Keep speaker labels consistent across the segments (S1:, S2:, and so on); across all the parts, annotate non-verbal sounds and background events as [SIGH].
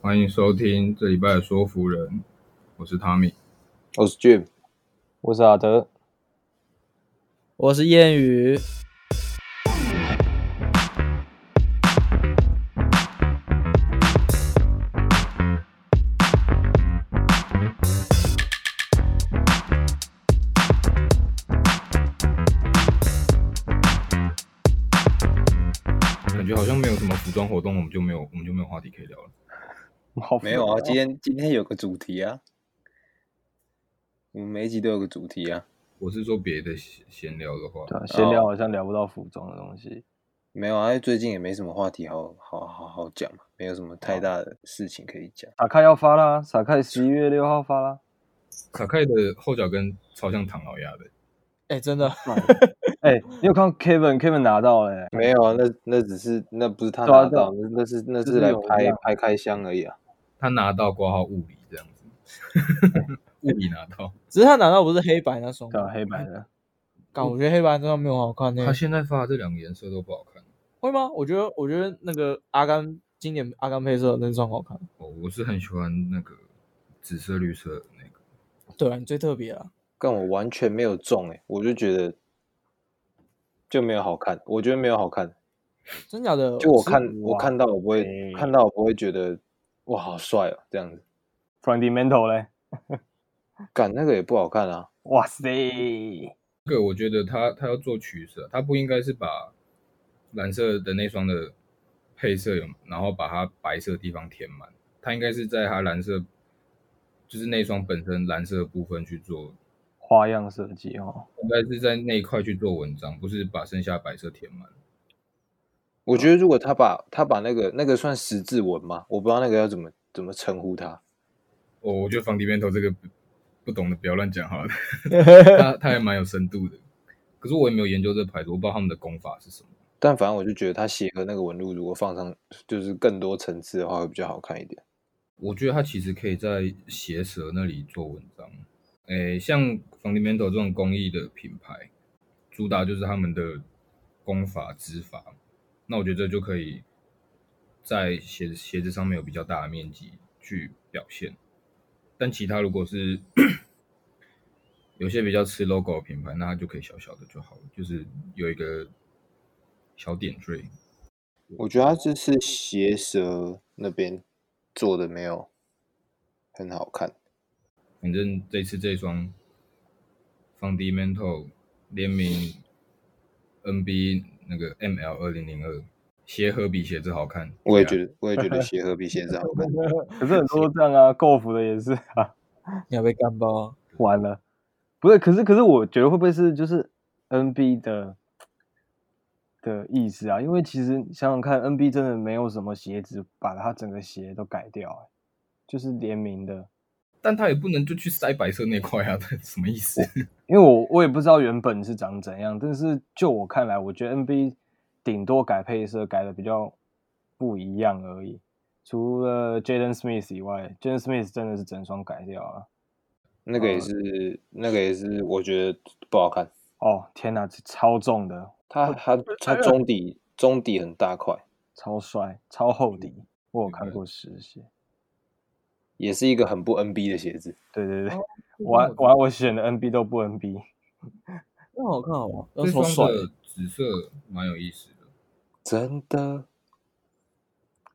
S1: 欢迎收听这礼拜的说服人，我是汤米。
S2: 我哦是 Jim，
S3: 我是阿德，
S4: 我是谚语，
S1: 感觉好像没有什么服装活动，我们就没有我们就没有话题可以聊了。
S3: 好
S2: 没有
S3: 烦
S2: 啊，
S3: 哦
S2: 今天今天有个主题啊，我们每一集都有个主题啊，
S1: 我是说别的闲闲聊的话，
S3: 对啊，闲
S2: 哦
S3: 聊好像聊不到服装的东西，
S2: 没有啊，最近也没什么话题好好好好讲嘛，没有什么太大的事情可以讲。
S3: 撒开要发啦，撒开十一月六号发啦，
S1: 卡凯的后脚跟超像唐老鸭的，
S4: 哎、真的，
S3: 哎、你有看到 Kevin Kevin 拿到了、欸，
S2: 没有啊，那那只是那不是他
S3: 对啊
S2: 拿到，那那是那
S3: 就是
S2: 是来
S3: 有
S2: 拍
S3: 量
S2: 拍开箱而已啊。
S1: 他拿到挂号物理这样 [LAUGHS] 子，物理拿到。
S4: 只是他拿到不是黑白那双
S3: 对啊，
S4: 吗？
S3: 黑白的，
S4: 干，我觉得黑白真的没有好看呢、
S1: 他现在发的这两个颜色都不好看。
S4: 会吗？我觉得，我觉得那个阿甘经典阿甘配色的那双好看。
S1: 哦，我是很喜欢那个紫色、绿色的那个。
S4: 对啊，你最特别啊。
S2: 但我完全没有中哎、我就觉得就没有好看，我觉得没有好看。
S4: 真假的？
S2: 就我
S4: 是 [LAUGHS]
S2: 看我
S3: 哇
S2: 看到我不会
S3: 哎
S2: 看到我不会觉得哇好帅哦这样子，
S3: fundamental 嘞，
S2: 干那个也不好看啊。
S3: 哇塞，
S1: 这个我觉得他他要做取舍，他不应该是把蓝色的那双的配色有，然后把它白色的地方填满，他应该是在它蓝色，就是那双本身蓝色的部分去做，
S3: 花样设计哦，
S1: 应该是在那一块去做文章，不是把剩下白色填满。
S2: 我觉得如果他把他把那个那个算十字纹吗？我不知道那个要怎么怎么称呼他。
S1: 我、我觉得房地面头这个不不懂的不要乱讲好了，他他还蛮有深度的，可是我也没有研究这牌子，我不知道他们的功法是什么。
S2: 但反正我就觉得他鞋和那个纹路如果放上就是更多层次的话，会比较好看一点。
S1: 我觉得他其实可以在鞋舌那里做文章。诶，像 Fundamental 这种工艺的品牌，主打就是他们的工法、织法。那我觉得这就可以在鞋鞋子上面有比较大的面积去表现。但其他如果是 [COUGHS] 有些比较吃 logo 的品牌，那它就可以小小的就好了，就是有一个小点缀。
S2: 我觉得他这次鞋舌那边做的没有很好看。
S1: 反正这次这双 Fundamental 联名 NB 那个 ML 二零零二鞋盒比鞋子好看，
S2: 我
S1: [LAUGHS]
S2: 也
S1: 对啊
S2: 觉得，我也觉得鞋和比鞋子好看。
S3: 可是很多这样啊，购服的也是啊，
S4: 你要被干爆啊！
S3: 完了，不是，可是可是我觉得会不会是就是 NB 的的意思啊？因为其实想想看，NB 真的没有什么鞋子把它整个鞋都改掉、欸，就是联名的。
S1: 但他也不能就去塞白色那块啊， [LAUGHS] 这什么意思？
S3: 因为我我也不知道原本是长怎样，但是就我看来，我觉得 NB 顶多改配色改的比较不一样而已。除了 Jaden Smith 以外，Jaden Smith 真的是整双改掉了。
S2: 那个也是，那个也是，我觉得不好看。
S3: 哦天哪，这超重的，
S2: 他他他中底中底很大块，
S3: 超帅，超厚底。
S2: 嗯
S3: 我有看过实鞋，
S2: 也是一个很不 NB 的鞋子。
S3: 对对对，我还
S1: 哇，
S2: 哦
S3: 我还我选的 NB 都不 NB，
S4: 那好看好吗？那
S1: 这
S4: 超
S1: 双
S4: 帅
S1: 的紫色蛮有意思的，
S2: 真的？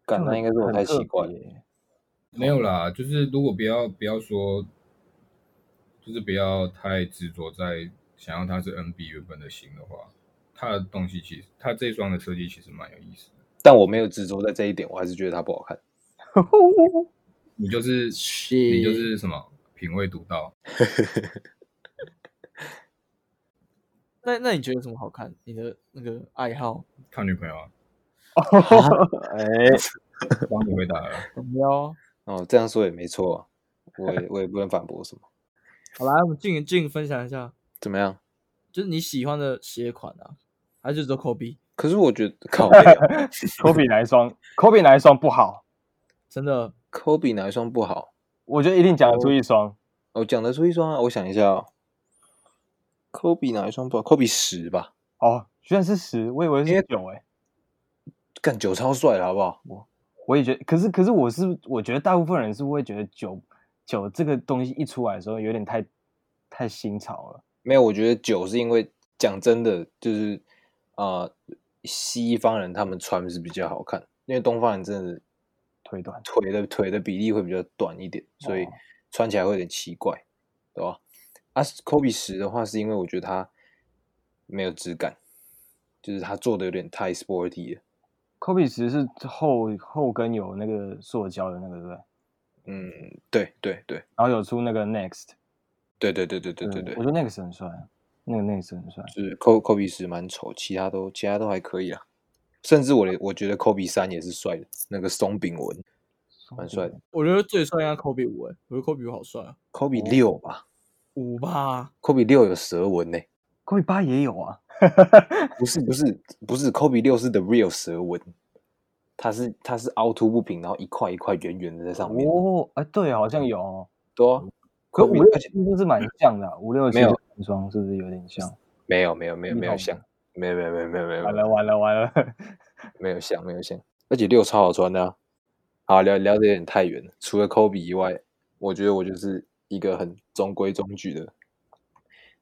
S3: 就
S2: 感那
S3: 很
S2: 应该是我
S3: 很
S2: 太
S3: 特
S2: 奇怪了。
S3: 别耶
S1: 没有啦，就是如果不要不要说，就是不要太执着在想要它是 NB 原本的型的话，它的东西其实它这双的设计其实蛮有意思的。
S2: 但我没有执着在这一点，我还是觉得它不好看。
S1: 你就是你就是什么品味独到，
S4: 那那你觉得有什么好看？你的那个爱好？
S1: 看女朋友啊，
S3: 哎，
S1: 帮你回答了。
S4: 怎么样？
S2: [LAUGHS] 哦，这样说也没错、啊，我
S3: [LAUGHS]
S2: 也我也不能反驳什么。
S4: 好啦，我们静静分享一下，
S2: 怎么样？
S4: 就是你喜欢的鞋款啊，还是走口鼻？
S2: 可是我觉得靠背啊
S3: [LAUGHS] [LAUGHS] 科比哪一双？科比哪一双不好？
S4: 真的，
S2: ，Kobe 哪一双不好？
S3: 我觉得一定讲得
S2: 哦
S3: 出一双。
S2: 我讲得出一双啊，我想一下、哦、，Kobe 哪一双不好？Kobe 十吧，
S3: 哦，居然是十，我以为
S2: 因为
S3: 是九哎、
S2: 干九超帅的好不好？
S3: 我也觉得，可是可是我是我觉得大部分人是会觉得酒酒这个东西一出来的时候有点太太新潮了，
S2: 没有，我觉得酒是因为讲真的，就是啊、呃西方人他们穿是比较好看，因为东方人真的
S3: 推断
S2: 腿的腿的比例会比较短一点，所以
S3: 哦
S2: 穿起来会有点奇怪，对吧？啊，科比十的话是因为我觉得它没有质感，就是它做的有点太 sporty 了。
S3: 科比其实是后后跟有那个塑胶的那个对不对？
S2: 嗯，对对对
S3: 然后有出那个 Next，
S2: 对对对对对对
S3: 嗯
S2: 对
S3: 我，觉得 Next 很帅，那个 Next 很帅。
S2: 就是科科比十蛮丑，其他都其他都还可以啊。甚至我连我觉得科比三也是帅的，那个松饼纹，蛮帅的。
S4: 我觉得最帅应该科比五哎，我觉得科比五好帅啊，
S2: 科比
S3: 哦
S2: 六吧，
S4: 五 [LAUGHS] 吧，
S2: 科比六有蛇纹呢、
S3: 科比八也有啊，
S2: 不是不是不是，科比六是 the real 蛇纹，它是它是凹凸不平，然后一块一块圆圆的在上面。
S3: 哦，哎，对，好像有哦。
S2: 对啊，
S3: 可
S2: 科比
S3: 五六
S2: 而且
S3: 七就是蛮像的啊，五六七
S2: 嗯没有
S3: 男装是不是有点像？
S2: 没有没有没有
S3: 一
S2: 没有
S3: 号
S2: 像，没有没有没有没有没有
S3: 完
S2: 没有
S3: 了完了完了，
S2: 没有像没有像，而且六超好穿的、啊。好聊聊的有点太远了，除了科比以外，我觉得我就是一个很中规中矩的，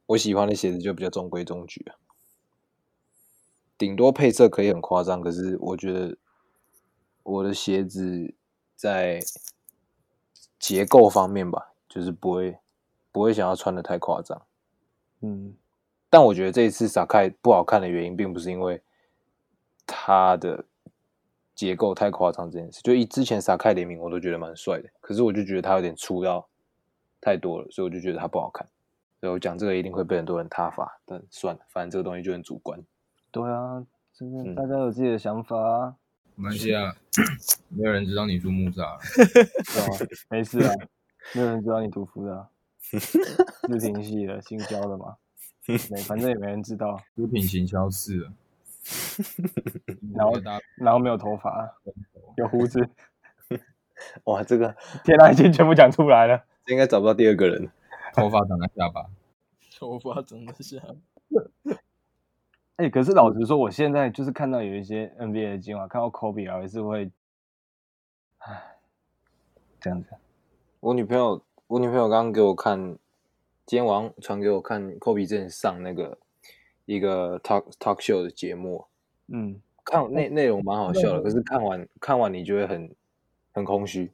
S2: 我喜欢的鞋子就比较中规中矩啊。顶多配色可以很夸张，可是我觉得我的鞋子在结构方面吧，就是不会不会想要穿的太夸张。
S3: 嗯，
S2: 但我觉得这一次撒开不好看的原因，并不是因为它的结构太夸张这件事。就以之前撒开联名，我都觉得蛮帅的，可是我就觉得它有点粗到太多了，所以我就觉得它不好看。所以我讲这个一定会被很多人挞伐，但算了，反正这个东西就很主观。 [LAUGHS]
S3: 对啊，就是
S2: 嗯
S3: 大家有自己的想法啊，
S1: 马来西亚没有人知道你住木栅了，
S3: 对吧？没事啊，没有人知道你读服的啊，视频系的，姓肖
S2: [LAUGHS]
S3: 的嘛，没，反正也没人知道，
S1: 毒品行销四了。
S3: 然后
S1: 大家
S3: 然后没有头发，啊有胡子，
S2: 哇，这个
S3: 天啊，已经全部讲出来了。
S2: 这应该找不到第二个人。
S1: 头发长在下巴，
S4: 头发真的是
S3: 哎、可是
S2: 嗯
S3: 老实说，我现在就是看到有一些 NBA 的精华，看到 Kobe 还是会，唉，这样子。
S2: 我女朋友，我女朋友刚刚给我看，今天晚上传给我看，科比正上那个一个 talk talk show 的节目，
S3: 嗯，
S2: 看内内容蛮好笑的，可是看完看完你就会很很空虚，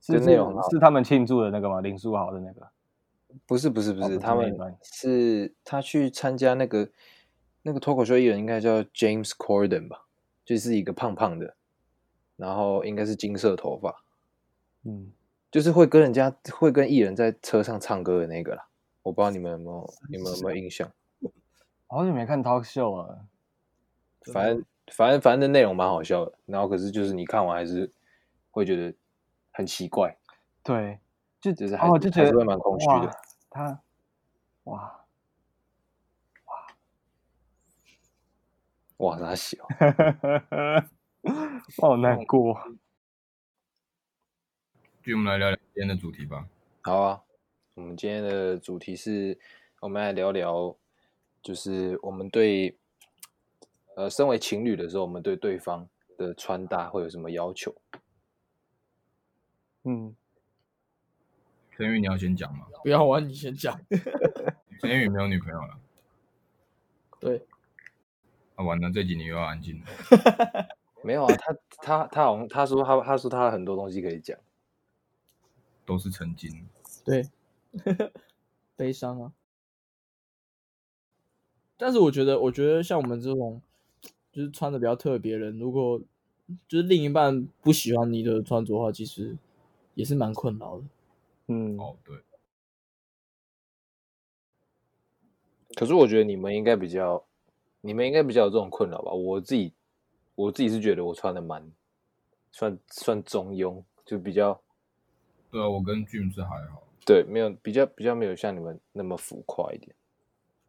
S3: 是
S2: 就是内容很好
S3: 是他们庆祝的那个吗？林书豪的那个，
S2: 不是不是不
S3: 哦不
S2: 是，
S3: 是
S2: 他
S3: 那一
S2: 们
S3: 段
S2: 是他去参加那个那个脱口秀艺人，应该叫 James Corden 吧，就是一个胖胖的，然后应该是金色头发，
S3: 嗯，
S2: 就是会跟人家会跟艺人在车上唱歌的那个啦。我不知道你们有没有你们有没有印象，
S3: 好久没看 talk show 了。
S2: 反正反正反正内容蛮好笑的，然后可是就是你看完还是会觉得很奇怪，
S3: 对，就
S2: 就是还
S3: 哦，
S2: 是
S3: 就
S2: 还
S3: 觉得
S2: 是会蛮空虚的
S3: 哇。他，哇，
S2: 哇，他小。
S3: 我好
S2: 嗯
S3: 难过。
S1: 就我们来聊聊今天的主题吧。
S2: 好啊，我们今天的主题是，我们来聊聊，就是我们对，呃，身为情侣的时候，我们对对方的穿搭会有什么要求？
S3: 嗯，
S1: 陈宇，你要先讲吗？
S4: 不要玩，你先讲。
S1: 陈宇没有女朋友了，
S4: 对，
S1: 啊，完了，这几年又要安静了。
S2: 没有啊，他他他好像他说他他说他很多东西可以讲，
S1: 都是曾经。
S4: 对，悲伤啊。但是我觉得，我觉得像我们这种就是穿的比较特别的人，如果就是另一半不喜欢你的穿着的话，其实也是蛮困扰的。
S3: 嗯，
S1: 哦，对，
S2: 可是我觉得你们应该比较，你们应该比较有这种困扰吧？我自己我自己是觉得我穿的蛮，算算中庸，就比较
S1: 对啊，我跟 Jim 是还好，
S2: 对，没有比较比较没有像你们那么浮夸一点。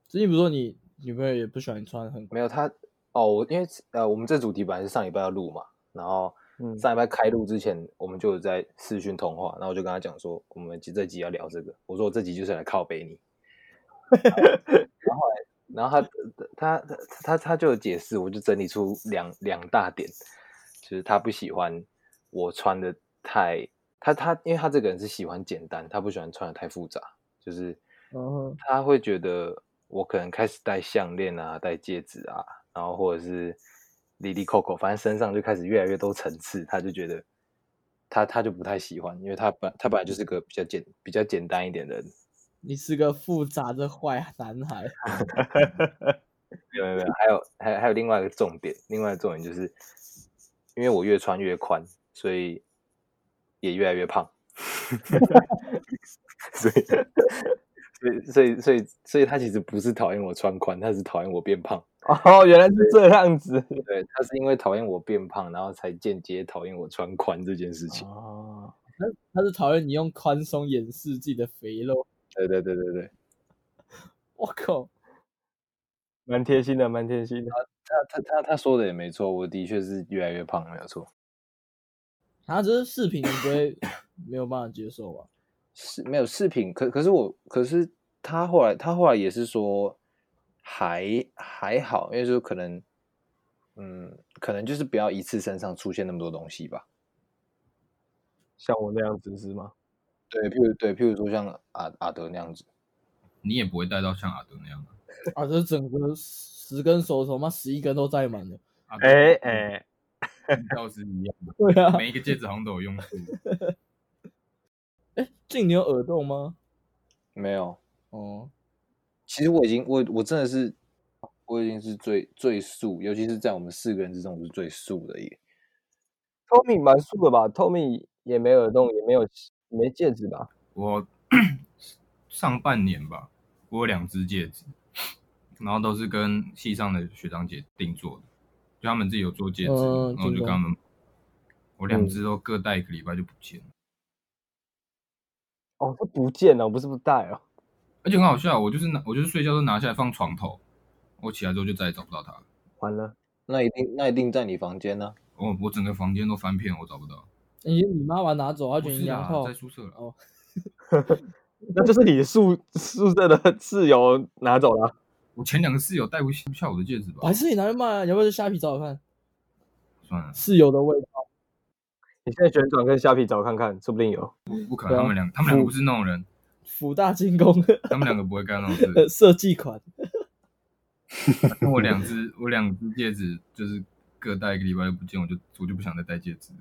S4: 最近不是说你女朋友也不喜欢你穿很
S2: 没有他哦，我因为呃，我们这主题本来是上礼拜要录嘛，然后
S3: 嗯
S2: 上礼拜开录之前，我们就有在视讯通话，然后我就跟他讲说，我们这集要聊这个，我说我这集就是来靠北你，然后后来，然后他他他他他就有解释，我就整理出两两大点，就是他不喜欢我穿的太他他，因为他这个人是喜欢简单，他不喜欢穿的太复杂，就是
S4: 嗯
S2: 他会觉得我可能开始戴项链啊，戴戒指啊，然后或者是里里扣扣，反正身上就开始越来越多层次，他就觉得他他就不太喜欢，因为他本他本来就是个比较简比较简单一点的人，
S4: 你是个复杂的坏男孩。
S2: 没有没有没有，还有还有还有另外一个重点，另外一个重点就是，因为我越穿越宽，所以也越来越胖， [LAUGHS] 所以所以所以所以所以他其实不是讨厌我穿宽，他是讨厌我变胖。
S3: [LAUGHS] 哦，原来是这样子。
S2: 对，他是因为讨厌我变胖，然后才间接讨厌我穿宽这件事情。
S3: 哦，
S4: 他是讨厌你用宽松掩饰自己的肥肉。
S2: 对对对对对，
S4: 我靠，
S3: 蛮贴心的，蛮贴心的。
S2: 他他他他说的也没错，我的确是越来越胖，没有错。
S4: 他啊这是视频，你不会没有办法接受吧？
S2: 是没有饰品，可可是我可是他后来他后来也是说还还好，因为说可能嗯，可能就是不要一次身上出现那么多东西吧。
S3: 像我那样子是吗？
S2: 对，譬如对，譬如说像阿阿德那样子，
S1: 你也不会带到像阿德那样啊。
S4: 啊，这整个十根手指头，妈十一根都载满了。
S1: 阿德
S3: 哎
S2: 嗯
S3: 哎，
S1: 倒是一样的，
S4: 对啊，
S1: 每一个戒指好像都有用处。
S4: 哎，静，你有耳洞吗？
S2: 没有。
S4: 哦，
S2: 其实我已经我我真的是我已经是最最素，尤其是在我们四个人之中，我是最素的一个。
S3: Tommy 蛮素的吧？Tommy 也没耳洞，也没有没戒指吧？
S1: 我 [COUGHS] 上半年吧，我有两只戒指，然后都是跟系上的学长姐定做的，就他们自己有做戒指，
S4: 嗯
S1: 然后我就
S4: 真
S1: 跟
S4: 的
S1: 他们，我两只都各戴一个礼拜就不见了，
S3: 哦，是不见了，不是不戴哦。
S1: 而且很好笑，我就是拿我就是睡觉都拿下来放床头，我起来之后就再也找不到它了，
S3: 完了，
S2: 那一定那一定在你房间呢、
S1: 我我整个房间都翻遍，我找不到，
S4: 你你妈把它拿走，她
S1: 不
S4: 觉得
S1: 是
S4: 你娘
S1: 啊，
S4: 炮
S1: 在。宿舍了，
S4: 哦，
S3: 那就是你宿宿舍的室友拿走了。
S1: 我前两个室友戴不下我的戒指吧
S4: 还，是你拿去卖啊？你要不要去虾皮找找看？
S1: 算了，
S4: 室友的味道，
S3: 你现在旋转跟虾皮找看看，说不定有。
S1: 不不可
S4: 对
S1: 能，
S4: 啊
S1: 他们两他们两个不是那种人，
S4: 福大进攻
S1: 他们两个不会干那种
S4: [LAUGHS] 呃
S1: 事。
S4: 设计款。
S1: [LAUGHS] 那我两只，我两只戒指就是各戴一个礼拜就不见，我就我就不想再戴戒指了。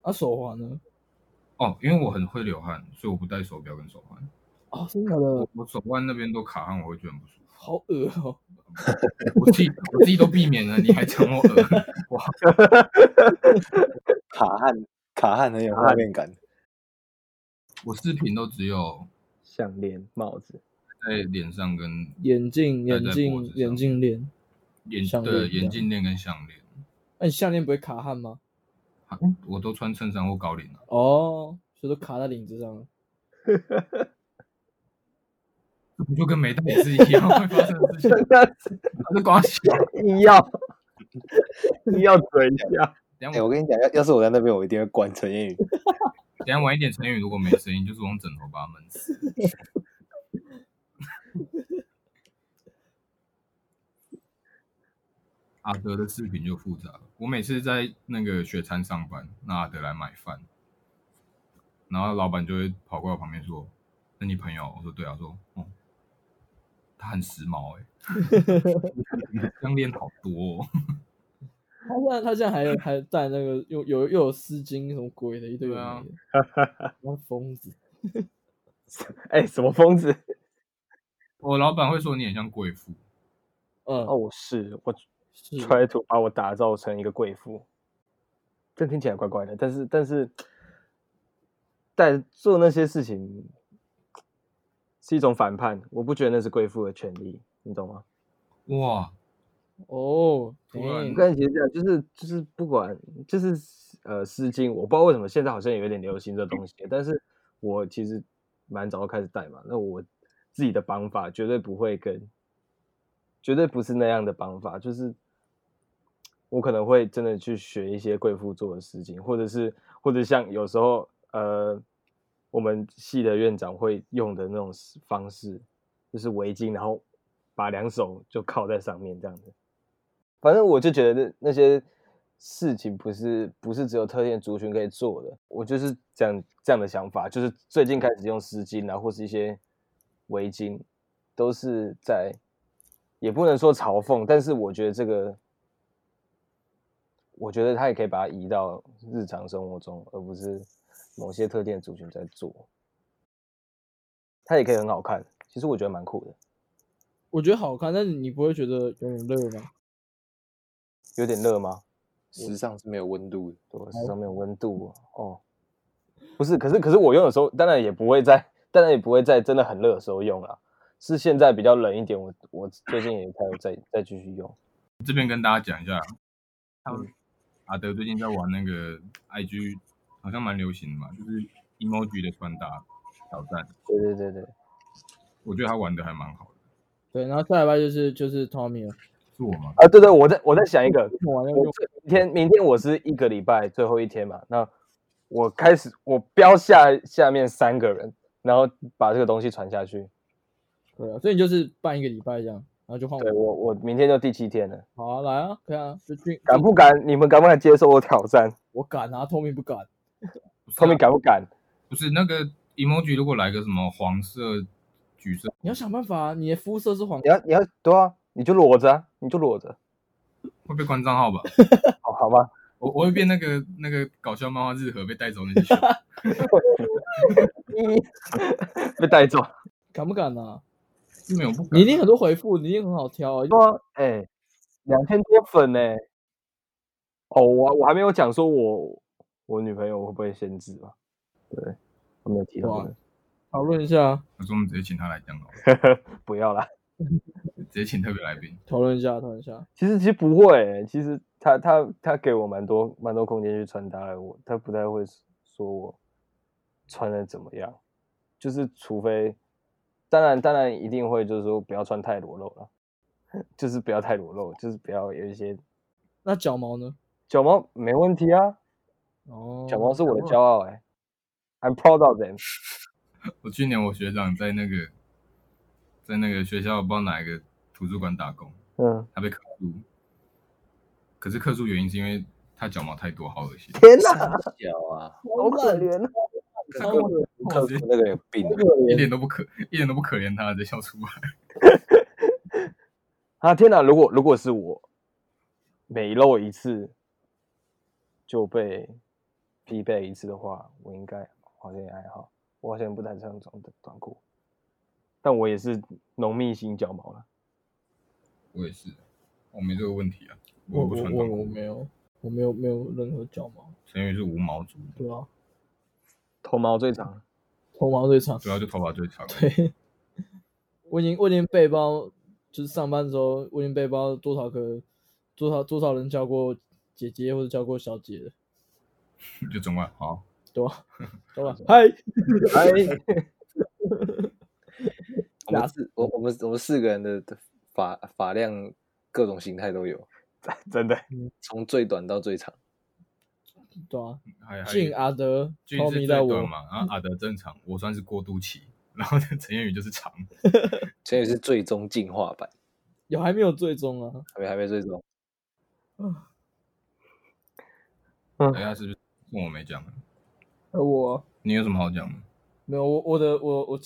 S4: 啊，手环呢？
S1: 哦，因为我很会流汗，所以我不戴手表跟手环。
S4: 哦，真的假的
S1: 我，我手腕那边都卡汗，我会觉得很不舒服。
S4: 好恶哦。
S1: 我自己我自己都避免了，你还讲我耳？哇，
S2: 卡汗卡汗很有
S3: 卡汗
S2: 画面感。
S1: 我视频都只有
S3: 项链、帽子， [LAUGHS]
S1: 在脸上跟
S4: 眼镜、
S1: 戴
S4: 眼
S1: 在脖
S4: 镜
S1: 子、上
S4: 眼镜链。
S1: 眼
S4: 项链
S1: 对
S4: 这样
S1: 眼镜链跟项链，
S4: 那你项链不会卡汗吗？
S1: 啊我都穿衬衫或高领了、啊
S4: 哦，所以都卡在领子上了。
S1: 这不就跟没戴也是一样会发生的事情？
S3: 的
S1: 我是光想，
S3: 硬要硬要嘴一下。
S1: 等
S2: 哎、
S1: 一下我
S2: 我跟你讲，要要是我在那边，我一定会关陈 [LAUGHS] 彦宇。
S1: 等一下晚一点，陈宇如果没声音，就是我用枕头把他闷死。 [LAUGHS] 阿德的视频就复杂了。我每次在那个雪餐上班，那阿德来买饭，然后老板就会跑过来我旁边说：“那你朋友？”我说：“对啊。”说：“哦、他很时髦哎、欸，项链好多、哦。 [LAUGHS]
S4: 他现在他现在还有还戴那个又有又有丝巾什么鬼的一堆有
S1: 对啊
S4: 的没的， [LAUGHS] 那疯子。
S3: 哎、什么疯子？”
S1: 我老板会说你很像贵妇，
S4: 嗯，
S3: 哦，我是我
S4: 是
S3: try to 把我打造成一个贵妇，这听起来怪怪的，但是但是，但做那些事情是一种反叛，我不觉得那是贵妇的权利，你懂吗？
S1: 哇，
S4: 哦，
S1: 突然
S4: 嗯
S3: 我跟你其实这样，就是就是不管就是呃丝巾，我不知道为什么现在好像有点流行这东西，但是我其实蛮早就开始戴嘛，那我自己的绑法绝对不会跟，绝对不是那样的绑法，就是我可能会真的去学一些贵妇做的事情，或者是或者像有时候呃我们系的院长会用的那种方式，就是围巾，然后把两手就靠在上面这样子。反正我就觉得那那些事情不是不是只有特定族群可以做的。我就是这样这样的想法，就是最近开始用丝巾啊，或是一些围巾，都是在也不能说嘲讽，但是我觉得这个，我觉得他也可以把它移到日常生活中，而不是某些特定的族群在做。它也可以很好看，其实我觉得蛮酷的，
S4: 我觉得好看，但是你不会觉得有点热吗？
S3: 有点热吗？
S2: 时尚是没有温度的。
S3: 我身上面有温度哦。不是，可是可是我用的时候，当然也不会在，当然也不会在真的很热的时候用啦。是现在比较冷一点，我我最近也才有再再继续用。
S1: 这边跟大家讲一下，他们阿德最近在玩那个 IG，好像蛮流行的嘛，就是 emoji 的穿搭挑战，
S3: 对对对对，
S1: 我觉得他玩的还蛮好的。
S4: 对，然后下礼拜就是就是 Tommy 了，
S1: 是我吗？
S3: 啊对对，我在我在想一个，
S4: 我完全
S3: 我这明天明天我是一个礼拜最后一天嘛，那我开始我标下下面三个人，然后把这个东西传下去。
S4: 对啊，所以你就是办一个礼拜这样，然后就换
S3: 对
S4: 我。
S3: 我我明天就第七天了，
S4: 好啊，来啊，可以啊，就俊，
S3: 敢不敢？你们敢不敢接受我挑战？
S4: 我敢啊，Tommy 不敢。
S1: 不是啊
S3: 他们敢不敢？
S1: 不是那个 emoji，如果来个什么黄色、橘色，
S4: 你要想办法啊，你的肤色是黄
S3: 你，要你要对啊，你就裸着啊，你就裸着，
S1: 会被关账号吧？
S3: 好好吧？
S1: 我我会变那个那个搞笑漫画日和被带走那些熊。
S3: 被带走。
S4: 敢不敢啊？
S1: 没有不敢
S4: 你一定很多回复，你一定很好挑啊。
S3: 对啊，哎、两千多粉呢、哦，我我还没有讲说我我女朋友会不会限制嘛？对，我没有提到
S4: 哇讨论一下，
S1: 我说我们直接请他来讲好了，
S3: 这个，不要啦。
S1: 直接请特别来宾。
S4: 讨论一下，讨论一下。
S3: 其实其实不会、欸其实他他他给我蛮多蛮多空间去穿搭的，我他不太会说我穿的怎么样，就是除非，当然当然一定会就是说不要穿太裸露了， [LAUGHS] 就是不要太裸露，就是不要有一些
S4: 那脚毛呢？
S3: 脚毛没问题啊，
S4: 哦，
S3: 小猫是我的骄傲哎、i m proud of them。
S1: 我去年我学长在那个在那个学校不知道哪一个图书馆打工，
S3: [LAUGHS] 嗯，
S1: 他被克诉，可是克诉原因是因为他脚毛太多，好恶心。
S3: [LAUGHS] 天哪，
S2: 小啊，
S3: 好可怜啊！
S4: 超恶心
S2: 可是 [LAUGHS] 那个有病 [LAUGHS] 啊，
S1: 一点都不可，一点都不可怜他，直接笑出来。
S3: 啊， [LAUGHS] 天哪！如果如果是我每露一次就被疲惫一次的话，我应该好像也还好，我好像不太穿短的短裤，但我也是浓密型脚毛了。
S1: 我也是，我没这个问题啊，
S4: 我
S1: 不
S4: 我
S1: 穿
S4: 我
S1: 短
S4: 我
S1: 裤，
S4: 没有，我没有没有任何脚毛，
S1: 陈宇是无毛族，
S4: 对啊，
S3: 头毛最长，
S4: 头毛最长。
S1: 主要就头发最长。
S4: 对，我已经我已经背包，就是上班的时候，我已经背包多少个多少多少人叫过姐姐或者叫过小姐了，
S1: 就总管好，
S4: 对吧？对吧？嗨，
S3: 哎， [LAUGHS]
S2: 我们四我我们我们四个人的的发发量各种形态都有，
S3: 真的
S2: 从最短到最长。
S4: 对啊，
S1: 还还
S4: 俊阿德
S1: 俊
S4: ，Tommy
S1: 是
S4: 到
S1: 最
S4: 我
S1: 短，嘛，然后阿德正常，我算是过渡期，然后 [LAUGHS] 陈彦宇就是长。
S2: 陈宇是最终进化版，
S4: 有还没有最终啊？
S2: 还没还没最终。
S1: 等一哎下是不是问我没讲？
S4: 而呃我
S1: 你有什么好讲的？
S4: 没有，我我的我我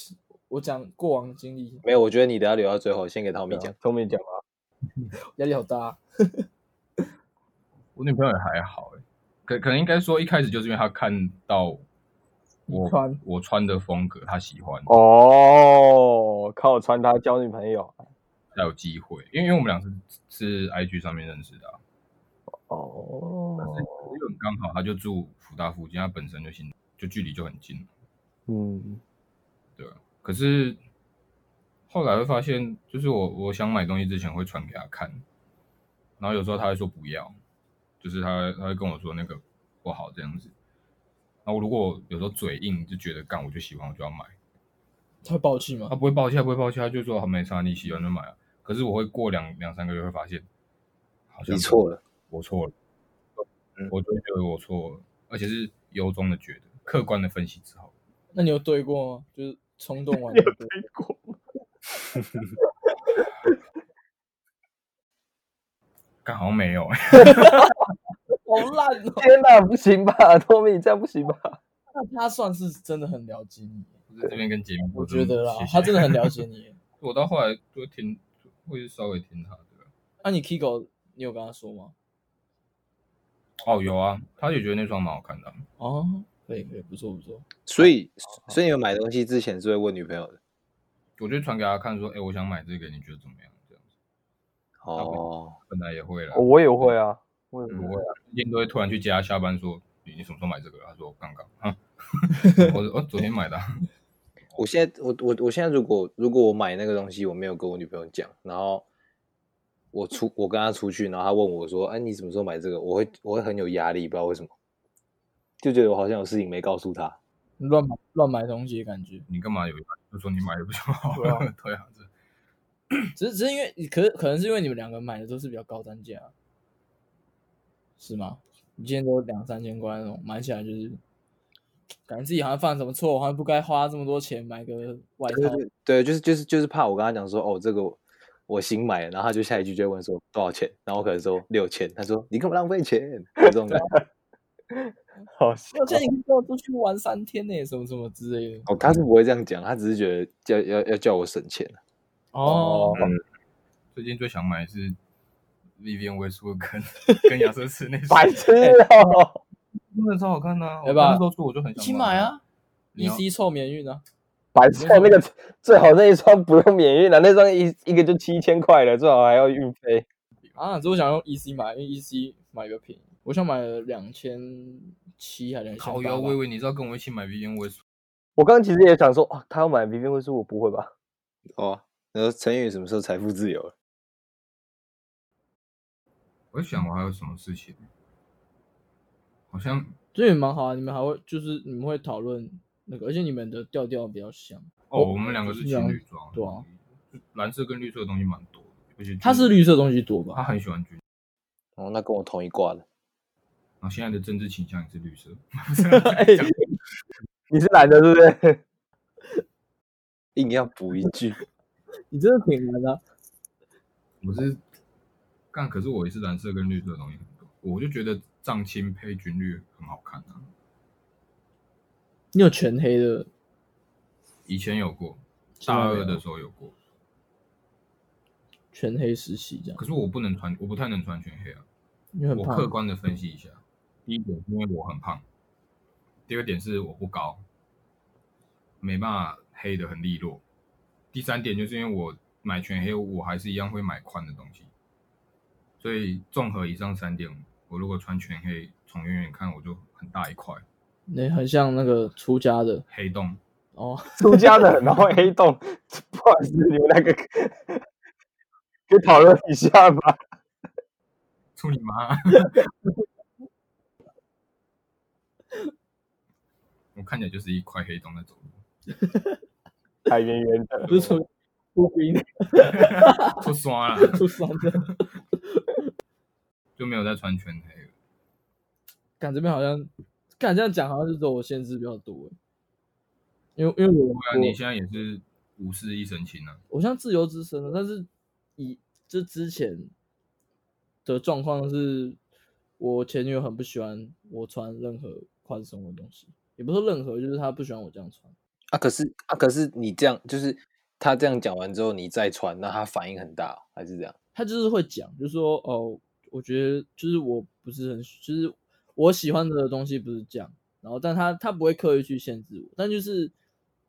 S4: 我讲过往经历
S2: 没有，我觉得你等下留到最后，先给汤米讲。
S3: 聪明讲吧，
S4: 压力好大，
S1: 我女朋友也还好哎、可可能应该说一开始就是因为她看到我
S4: 你穿
S1: 我穿的风格，她喜欢，
S3: 哦，靠穿搭交女朋友，
S1: 才有机会。因为因为我们俩是是 IG 上面认识的、啊，
S3: 哦
S1: 可，是可是很刚好，她就住福大附近，她本身就新，就距离就很近。
S3: 嗯。
S1: 可是后来会发现，就是我我想买东西之前会传给她看，然后有时候她会说不要，就是她她会跟我说那个不好这样子。然后如果有时候嘴硬，就觉得干我就喜欢我就要买。
S4: 他会爆气
S1: 他
S4: 吗？
S1: 啊不会抱歉，他不会抱歉，他就说好没差，你喜欢就买啊。可是我会过两两三个月会发现，好像
S2: 你错
S1: 了，
S2: 了，
S1: 我错了，
S2: 嗯
S1: 我就会觉得我错了，而且是由衷的觉得，客观的分析之后，
S4: 那你有对过吗？就是冲动完有对
S3: 过，
S1: 欸 [LAUGHS] 刚好像没有、
S4: 好烂哦！
S3: 天哪，不行吧， [LAUGHS] 托米，这样不行吧？
S4: 那他算是真的很了解你，
S1: 在这边跟杰米说
S4: 我
S1: 声谢
S4: 觉
S1: 谢，
S4: 得啦，他真的很了解你。
S1: 我到后来都听，会稍微听他的。
S4: 那、你 Kiko，你有跟他说吗？
S1: 哦，有啊，他也觉得那双蛮好看的啊、
S4: 哦，可以可以，不错不错。
S2: 所以，所以你们买东西之前是会问女朋友的
S1: 我就传给他看说，哎、我想买这个，你觉得怎么样？这样子，
S2: 哦。
S1: 本来也会啦，
S3: 我也会啊，
S4: 嗯
S3: 我也
S1: 不
S3: 会。
S1: 会啊，一天都会突然去接他下班说，你你什么时候买这个？他说刚刚
S4: [LAUGHS]
S1: 啊，我说哦，昨天买的啊、
S2: 我现在，我我我现在如果如果我买那个东西，我没有跟我女朋友讲，然后我出我跟她出去，然后她问我说：“哎，你什么时候买这个？”我会我会很有压力，不知道为什么，就觉得我好像有事情没告诉她。
S4: 你乱买乱买东西的感觉，
S1: 你干嘛有？就说你买的不就好
S4: 对啊
S1: 了？ [LAUGHS] 对啊，这
S4: 只是只是因为可可能是因为你们两个买的都是比较高单价，啊是吗？你今天都两三千块那种，买起来就是感觉自己好像犯什么错，好像不该花这么多钱买个外
S2: 对
S4: 套。
S2: 对对，就是就是就是怕我跟她讲说：“哦，这个我我新买的。”然后她就下一句就会问说：“多少钱？”然后我可能说：“六千。”她说：“你干嘛浪费钱？”有这种感觉。
S3: 好笑，
S4: 我觉得你可以跟我出去玩三天呢、什么什么之类的。
S2: 哦，她是不会这样讲，她只是觉得叫要要叫我省钱。
S4: 哦，
S1: 最近最想买的是 Vivian Westwood 跟跟亚瑟士那双，
S3: 白痴哦！
S1: 真的超好看的、啊。
S4: 对吧
S1: 我那时候出我就很
S4: 一
S1: 想
S4: 起买啊
S1: 你要
S4: ！EC 臭免运啊，
S3: 白痴哦，那个最好那一双不用免运了，那双一一个就七千块了，最好还要运费。
S4: 啊，只是我想用 EC 买，因为 EC 买比较便宜。我想买了两千七还两千
S1: 靠腰，我以为你知道跟我一起买 Vivian Westwood，
S3: 我刚刚其实也想说，啊，他要买 B B 会说我不会吧？
S2: 哦，然后陈宇什么时候财富自由了？
S1: 我在想我还有什么事情，好像
S4: 这也蛮好啊。你们还会就是你们会讨论那个，而且你们的调调比较像。
S1: 哦，
S4: 我
S1: 我们两个是情侣装，
S4: 对啊，
S1: 蓝色跟绿色的东西蛮多的，而且
S4: 它是绿色东西多
S1: 他
S4: 吧？
S1: 很喜欢军，
S2: 哦，那跟我同一挂的。
S1: 然后现在的政治倾向也是绿色，
S3: 你是男的，是不是？
S2: 硬要补一句，
S4: 你真的挺难的啊。
S1: 我是干，可是我也是蓝色跟绿色的东西很多，我就觉得藏青配军绿很好看啊，
S4: 你有全黑的，
S1: 以前有过，
S4: 现在
S1: 大
S4: 没
S1: 二
S4: 有
S1: 的时候有过，
S4: 全黑时期这样
S1: 可，是我不能穿，我不太能穿全黑啊，
S4: 因为很
S1: 我
S4: 胖
S1: 客。观的分析一下，第一点是因为我很胖，第二点是我不高，没办法黑的很利落，第三点就是因为我买全黑，我还是一样会买宽的东西，所以综合以上三点，我如果穿全黑，从远远看我就很大一块
S4: 那很像那个出家的
S1: 黑洞，
S4: 哦，
S3: 出家的，然后黑洞，不好意思，你们两个可以讨论一下吧。
S1: 出你妈！ [LAUGHS] 我看起来就是一块黑洞在走路，
S3: 还圆圆的，
S4: 不是
S1: 哦
S4: 出出兵
S1: 出刷了。
S4: 出山的。
S1: 就没有再穿全黑了。
S4: 感这边好像，感这样讲好像是只有我限制比较多欸，因为因为我
S1: 不然啊你
S4: 我
S1: 现在也是五四一神情啊，
S4: 我像自由之身了，但是以这之前的状况是，我前女友很不喜欢我穿任何宽松的东西，也不是任何，就是她不喜欢我这样穿。
S2: 啊，可是啊，可是你这样就是他这样讲完之后，你再传，那他反应很大哦、还是这样？
S4: 她就是会讲，就是说哦，我觉得就是我不是很，就是我喜欢的东西不是这样，然后但她她不会刻意去限制我，但就是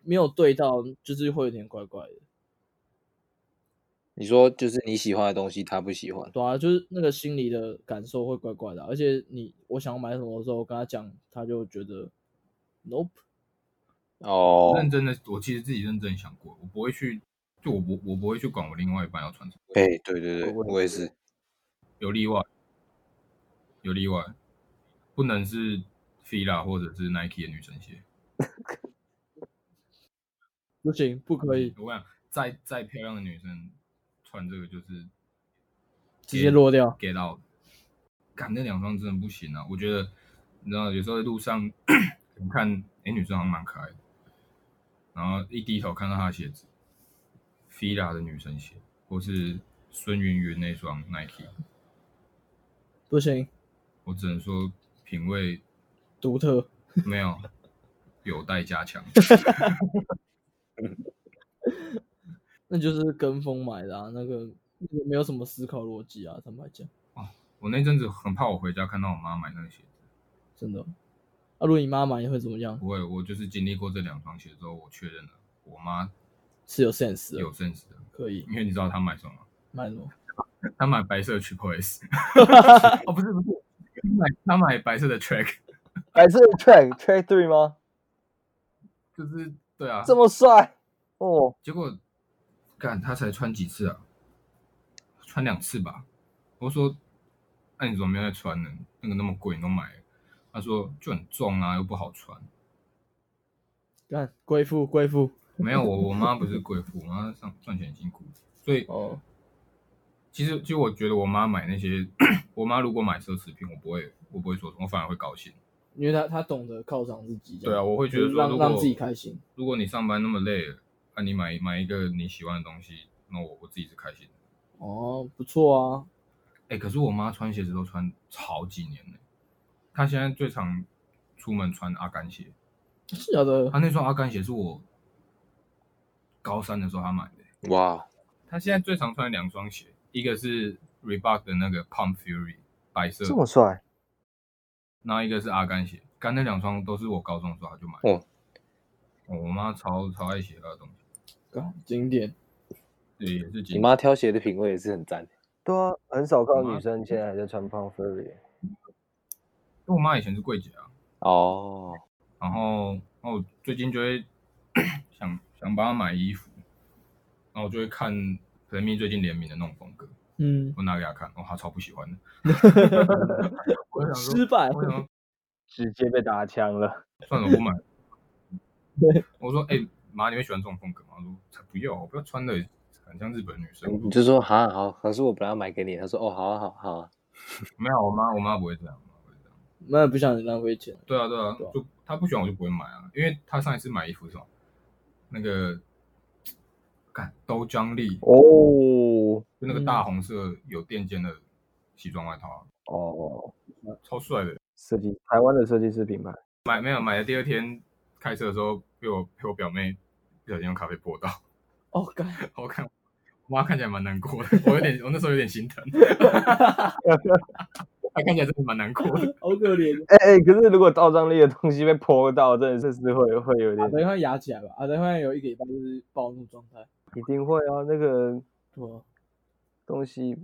S4: 没有对到，就是会有点怪怪的。
S2: 你说就是你喜欢的东西他不喜欢，
S4: 对啊，就是那个心里的感受会怪怪的啊、而且你我想要买什么的时候，我跟他讲，他就觉得 nope，
S2: 哦，
S1: 认真的，我其实自己认真地想过，我不会去，就我不我不会去管我另外一半要穿什么，
S2: 哎、对对对，
S3: 我
S2: 我也是，
S1: 有例外，有例外，不能是 fila 或者是 Nike 的女生鞋，
S4: 不行，不可以，
S1: 我想再再漂亮的女生穿这个就是
S4: 直接落掉。
S1: get out。干那两双真的不行啊！我觉得，你知道，有时候在路上我看，哎、女生好像蛮可爱的，然后一低头看到她的鞋子，fila 的女生鞋，或是孙云云那双 Nike，
S4: 不行，
S1: 我只能说品味
S4: 独特。
S1: 没有有待加强。
S4: 那就是跟风买的啊，那个那个没有什么思考逻辑啊，坦白讲，
S1: 我那阵子很怕我回家看到我妈买那个鞋子，
S4: 真的。啊，如果你妈买，你会怎么样？
S1: 不会，我就是经历过这两双鞋之后，我确认了我妈
S4: 是有 sense 的
S1: 有，正式的，
S4: 可以
S1: 因为你知道她买什么吗？
S4: 买什么？
S1: 她买白色的 Triple S，哦不是不是，她买她买白色的 Track， [LAUGHS]
S3: 白色的 track track three 吗？
S1: 就是对啊，
S3: 这么帅哦，
S1: 结果干她才穿几次啊？穿两次吧。我说，那、你怎么没有在穿呢？那个那么贵，你都买了。她说就很重啊，又不好穿。
S4: 看贵妇，贵妇
S1: 没有，我我妈不是贵妇，我妈上赚钱很辛苦，所以
S4: 哦，
S1: 其实其实我觉得我妈买那些， [COUGHS] 我妈如果买奢侈品，我不会我不会说什么，我反而会高兴。
S4: 因为她她懂得犒赏自己。这
S1: 对
S4: 样
S1: 啊，我会觉得
S4: 就是
S1: 说，
S4: 让
S1: 如果
S4: 让自己开心，
S1: 如果你上班那么累了，啊，你买买一个你喜欢的东西，那我我自己是开心的。
S4: 哦，不错啊，
S1: 哎、可是我妈穿鞋子都穿好几年了，她现在最常出门穿阿甘鞋，
S4: 是假的
S1: 她。那双阿甘鞋是我高三的时候她买的。
S2: 哇，
S1: 她现在最常穿两双鞋，一个是 Reebok 的那个 Pump Fury 白色的，
S3: 这么帅，
S1: 然后一个是阿甘鞋，干那两双都是我高中的时候他就买的。
S2: 哦
S1: 哦我妈超超爱鞋的东西，
S4: 干经典，
S1: 对，也是
S2: 你
S1: 经
S2: 妈挑鞋的品味也是很赞。
S3: 对啊，很少看到
S1: 干嘛
S3: 女生现在还在穿 p u n f u r y
S1: 因为我妈以前是柜姐啊，
S2: 哦，
S1: 然后然后我最近就会 [COUGHS] 想想帮她买衣服，然后我就会看 p l a m 最近联名的那种风格，
S4: 嗯，
S1: 我拿给她看，哦，她超不喜
S4: [LAUGHS]
S1: 欢的。我就想
S4: 失
S1: 说，
S4: 败，
S1: 我想说
S3: 直接被打枪了。
S1: 算了，我不买。
S4: [LAUGHS] 对，
S1: 我说，哎、妈，你会喜欢这种风格吗？她说，才不要，我不要穿的很像日本女生。
S4: 嗯
S2: 你就说哈好，可是我本来要买给你，他说哦好啊好啊好啊，
S1: 没有，我妈我妈不会这样，我妈不会这样。
S4: 那也不想浪费钱。
S1: 对啊，对啊
S4: 对啊，
S1: 就他不喜欢我就不会买啊，因为他上一次买衣服是什么？那个，看兜江丽，就
S3: 哦
S1: 那个大红色有垫肩的西装外套啊、
S3: 哦，
S1: 超帅的。
S3: 设计台湾的设计师品牌，
S1: 买没有买的第二天开车的时候，被我被我表妹不小心用咖啡泼到，
S4: 哦，干，
S1: 我看我妈看起来蛮难过的，我有点我那时候有点心疼，她看起来真的蛮难过的。
S4: 好可怜。
S3: 哎、哎、可是如果倒张力的东西被泼到，真的是是会会有
S4: 阿
S3: 点
S4: 德，快压起来吧，阿德快有一个礼拜就是暴怒状态。
S3: 一定会啊，那个
S4: 对啊，
S3: 东西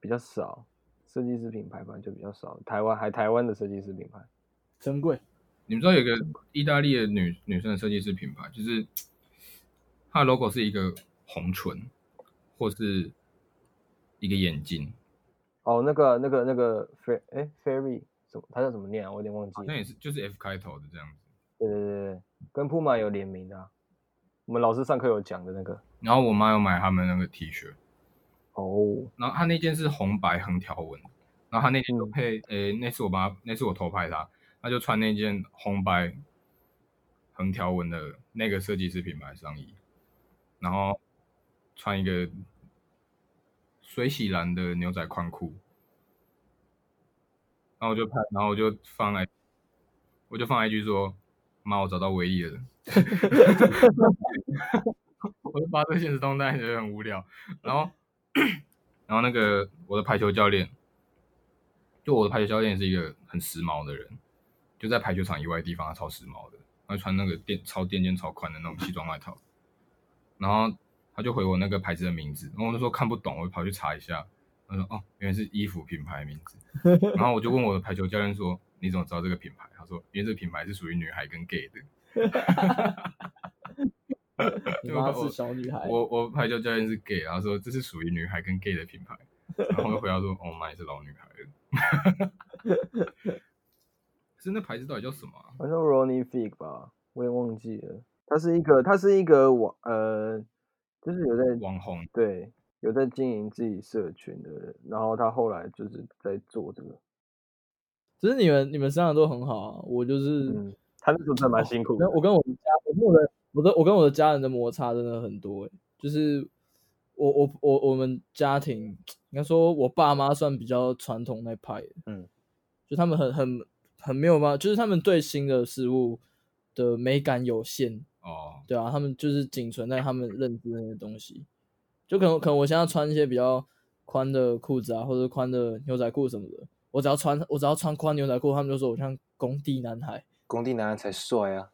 S3: 比较少，设计师品牌吧就比较少，台湾还台湾的设计师品牌，
S4: 珍贵。
S1: 你们知道有一个意大利的女女生的设计师品牌，就是它的 logo 是一个红唇，或是一个眼睛，
S3: 哦，那个那个那个 Fer 哎、Ferry 什么，它叫怎么念啊？我有点忘记
S1: 好
S3: 了
S1: 像。也是就是 F 开头的这样子。
S3: 对对对对，跟 Puma 有联名的啊、我们老师上课有讲的那个。
S1: 然后我妈有买他们那个 T 恤，
S3: 哦，
S1: 然后她那件是红白横条纹，然后她那件就配，诶、那次我把那次我偷拍她，她就穿那件红白横条纹的那个设计师品牌上衣，然后穿一个水洗蓝的牛仔宽裤，然后我就拍，然后我就放来，我就放来一句说：“妈，我找到唯一的人。”我就发这现实动态，觉得很无聊。然后，然后那个我的排球教练，就我的排球教练是一个很时髦的人，就在排球场以外的地方，他超时髦的，他穿那个垫超垫肩超宽的那种西装外套。然后他就回我那个牌子的名字，然后我那时候看不懂，我就跑去查一下，他说：“哦，原来是衣服品牌名字。”然后我就问我的排球教练说：“你怎么知道这个品牌？”他说：“因为这个品牌是属于女孩跟 gay 的。
S4: 你
S1: 对
S4: 妈
S1: 我
S4: 是小女孩，
S1: 我我排球教练是 gay，然后说这是属于女孩跟 gay 的品
S4: [LAUGHS]
S1: 牌。然后我就回答说：“哦，妈也是老女孩了。” [LAUGHS] 是那牌子到底叫什么啊、
S3: 好像 Ronnie Fig 吧，我也忘记了。它是一个，它是一个网呃，就是有在
S1: 网红
S3: 对有在经营自己社群的人，然后他后来就是在做这个。
S4: 只是你们你们三个都很好啊，我就是。
S3: 嗯，他那时候真的蛮辛苦
S4: 那
S3: 的。
S4: 我跟我的家，我跟我的我的我跟我的家人的摩擦真的很多欸就是我我我我们家庭应该说，我爸妈算比较传统那派的，
S3: 嗯，
S4: 就他们很很很没有办法，就是他们对新的事物的美感有限，
S1: 哦，
S4: 对啊，他们就是仅存在他们认知的那些东西，就可能可能我现在穿一些比较宽的裤子啊，或者宽的牛仔裤什么的，我只要穿我只要穿宽牛仔裤，他们就说我像工地男孩。
S2: 工地男人才帅啊！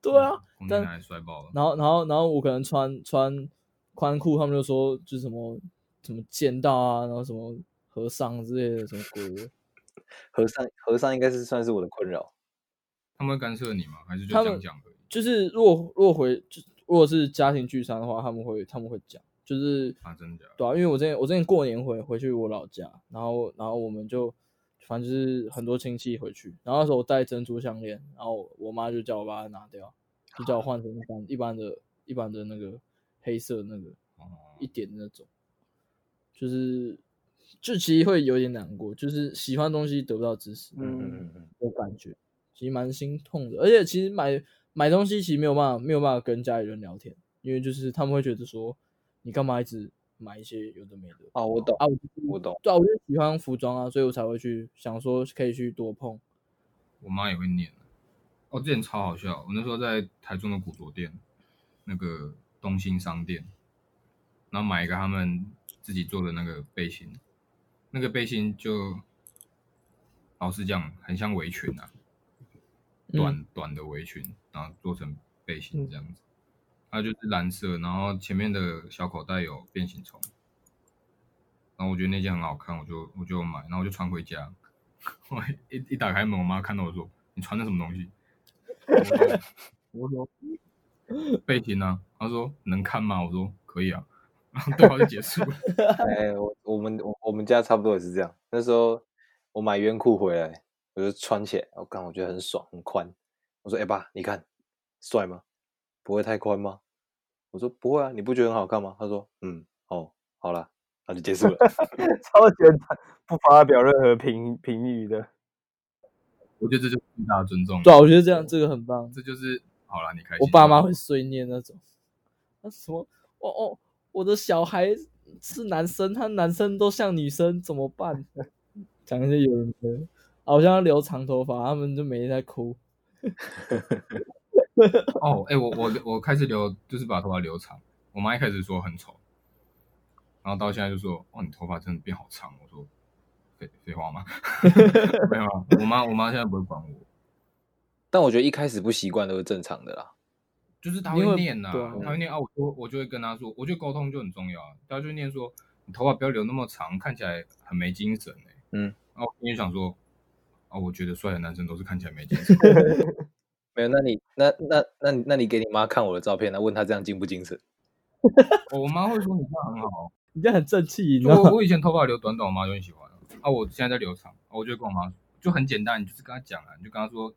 S4: 对啊，
S1: 红
S4: 但
S1: 男孩摔爆了，
S4: 然后然后然后我可能穿穿宽裤，他们就说就是什么什么剑道啊，然后什么和尚之类的什么鬼的，
S2: 和尚，和尚应该是算是我的困扰。
S1: 他们会干涉你吗？还是就
S4: 他
S1: 这样
S4: 们
S1: 讲而已？
S4: 就是如果如果回就如果是家庭聚餐的话，他们会他们会讲，就是
S1: 啊，真的假的？
S4: 对啊，因为我之前我之前过年回回去我老家，然后然后我们就反正就是很多亲戚回去，然后那时候我戴珍珠项链，然后我妈就叫我把它拿掉，就叫我换成一般一般的一般的那个黑色那个
S1: 哦
S4: 一点的那种，就是就其实会有点难过，就是喜欢的东西得不到支持，
S2: 嗯嗯嗯，
S4: 有感觉，其实蛮心痛的。而且其实买买东西其实没有办法没有办法跟家里人聊天，因为就是他们会觉得说你干嘛一直买一些有的没的
S2: 哦，我懂
S4: 啊，，我就是
S2: 我懂。
S4: 对啊，我就喜欢服装啊，所以我才会去想说可以去多碰。
S1: 我妈也会念。哦，之前超好笑，我那时候在台中的古着店，那个东兴商店，然后买一个他们自己做的那个背心，那个背心就老实讲很像围裙啊，短、
S4: 嗯
S1: 短的围裙，然后做成背心这样子。它就是蓝色，然后前面的小口袋有变形虫，然后我觉得那件很好看，我就我就买，然后我就穿回家。 [LAUGHS] 我一一打开门，我妈看到我说：“你穿的什么东
S4: [LAUGHS]
S1: 西？”我说
S4: 我说
S1: 背心啊。她说：“能看吗？”我说：“可以啊。”然后对话就结束了。 [LAUGHS]
S2: 哎，我我们我我们家差不多也是这样。那时候我买圆裤回来，我就穿起来，我看我觉得很爽很宽。我说：“哎、爸，你看帅吗？不会太宽吗？”我说：“不会啊，你不觉得很好看吗？”他说：“嗯，哦，好啦，那就结束 [LAUGHS] 了。
S3: [LAUGHS] 超简单，不发表任何评评语的。
S1: 我觉得这就是最大的尊重，
S4: 对啊，我觉得这
S1: 哦
S4: 样这个很棒。
S1: 这就是好了，你开心。
S4: 我爸妈会碎念那种， [LAUGHS] 那什么，哦哦，我的小孩是男生，他男生都像女生，怎么办？ [LAUGHS] 讲一些有人的，啊，我现在留长头发，他们就每天在哭。
S1: 哦，哎、我我我开始留，就是把头发留长。我妈一开始说很丑，然后到现在就说：“哦，你头发真的变好长。”我说：“废废话吗？” [LAUGHS] 没有啊，我妈我妈现在不会管我，”
S2: 但我觉得一开始不习惯都是正常的啦。
S1: 就是她
S4: 因
S1: 会
S4: 为
S1: 念呐、
S4: 对啊
S1: 她会念啊，我就我就会跟她说，我觉得沟通就很重要啊。她就念说：“你头发不要留那么长，看起来很没精神、欸。”
S2: 嗯，
S1: 然后我就想说：“啊，我觉得帅的男生都是看起来没精神。 [LAUGHS]
S2: 没有，那你那那那你那你给你妈看我的照片，那问她这样精不精神？
S1: 哦”我妈会说：“你这样很好。”
S4: 你这样很正气，你知
S1: 就
S4: 道
S1: 我
S4: 吗？
S1: 我以前头发留短短，我妈就很喜欢啊。我现在在留长，啊、我就会跟我妈就很简单，你就是跟她讲啊，你就跟她说，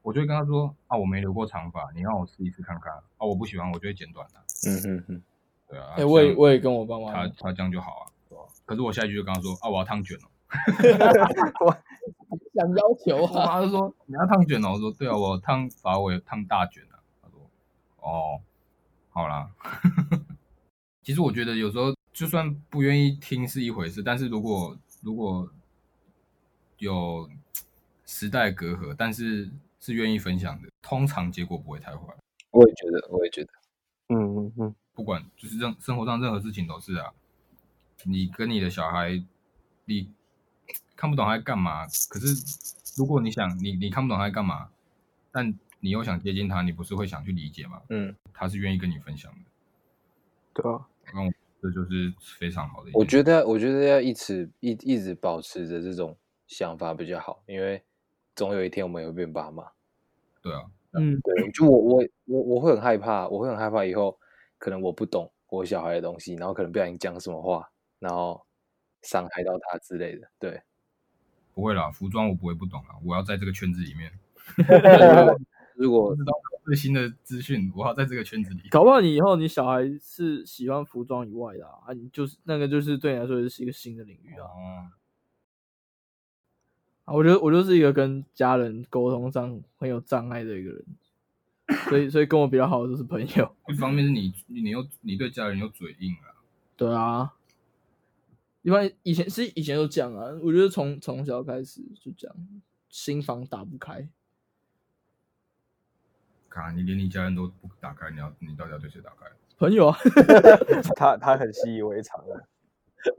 S1: 我就会跟她说啊，我没留过长发，你让我试一次看看啊。我不喜欢，我就会剪短的、
S2: 嗯哼哼，
S1: 对啊，
S4: 哎、我也我也
S1: 跟
S4: 跟我爸妈
S1: 她
S4: 讲，
S1: 她这样就好啊。可是我下一句就跟她说啊，我要烫卷哦。
S4: 想要求
S1: 我
S4: 啊，
S1: 妈就说你要烫卷哦，我说对啊，我烫发尾烫大卷啊。她说哦，好啦。 [LAUGHS] 其实我觉得有时候就算不愿意听是一回事，但是如果如果有时代隔阂，但是是愿意分享的，通常结果不会太坏。
S2: 我也觉得，我也觉得，
S3: 嗯嗯嗯，
S1: 不管就是任生活上任何事情都是啊，你跟你的小孩，你看不懂他在干嘛，可是如果你想你你看不懂他在干嘛，但你又想接近他，你不是会想去理解吗？
S2: 嗯，
S1: 他是愿意跟你分享的，
S3: 对啊，
S1: 让我这就是非常好的一件事。
S2: 我觉得我觉得要一直一一直保持着这种想法比较好，因为总有一天我们也会变爸妈。
S1: 对啊，
S4: [LAUGHS] [LAUGHS] 嗯，
S2: 对，就我我我我会很害怕，我会很害怕以后可能我不懂我小孩的东西，然后可能不小心讲什么话，然后伤害到他之类的。对，
S1: 不会啦，服装我不会不懂啊，我要在这个圈子里面，
S2: 如
S1: 我
S2: 果
S1: 知道最新的资讯，我要在这个圈子里。
S4: 搞不好你以后你小孩是喜欢服装以外的啊，啊你就是那个就是对你来说是一个新的领域啊。
S1: 哦，
S4: 啊，我觉得我就是一个跟家人沟通上很有障碍的一个人，所以所以跟我比较好的就是朋友。
S1: 一
S4: [LAUGHS]
S1: 方面是你你又你对家人又嘴硬啊，
S4: 对啊，一般以前是以前都这样啊，我觉得从从小开始就这样，心房打不开，
S1: 卡，你连你家人都不打开，你要你到底要对谁打开？
S4: 朋友啊，
S3: 他他很习以为常啊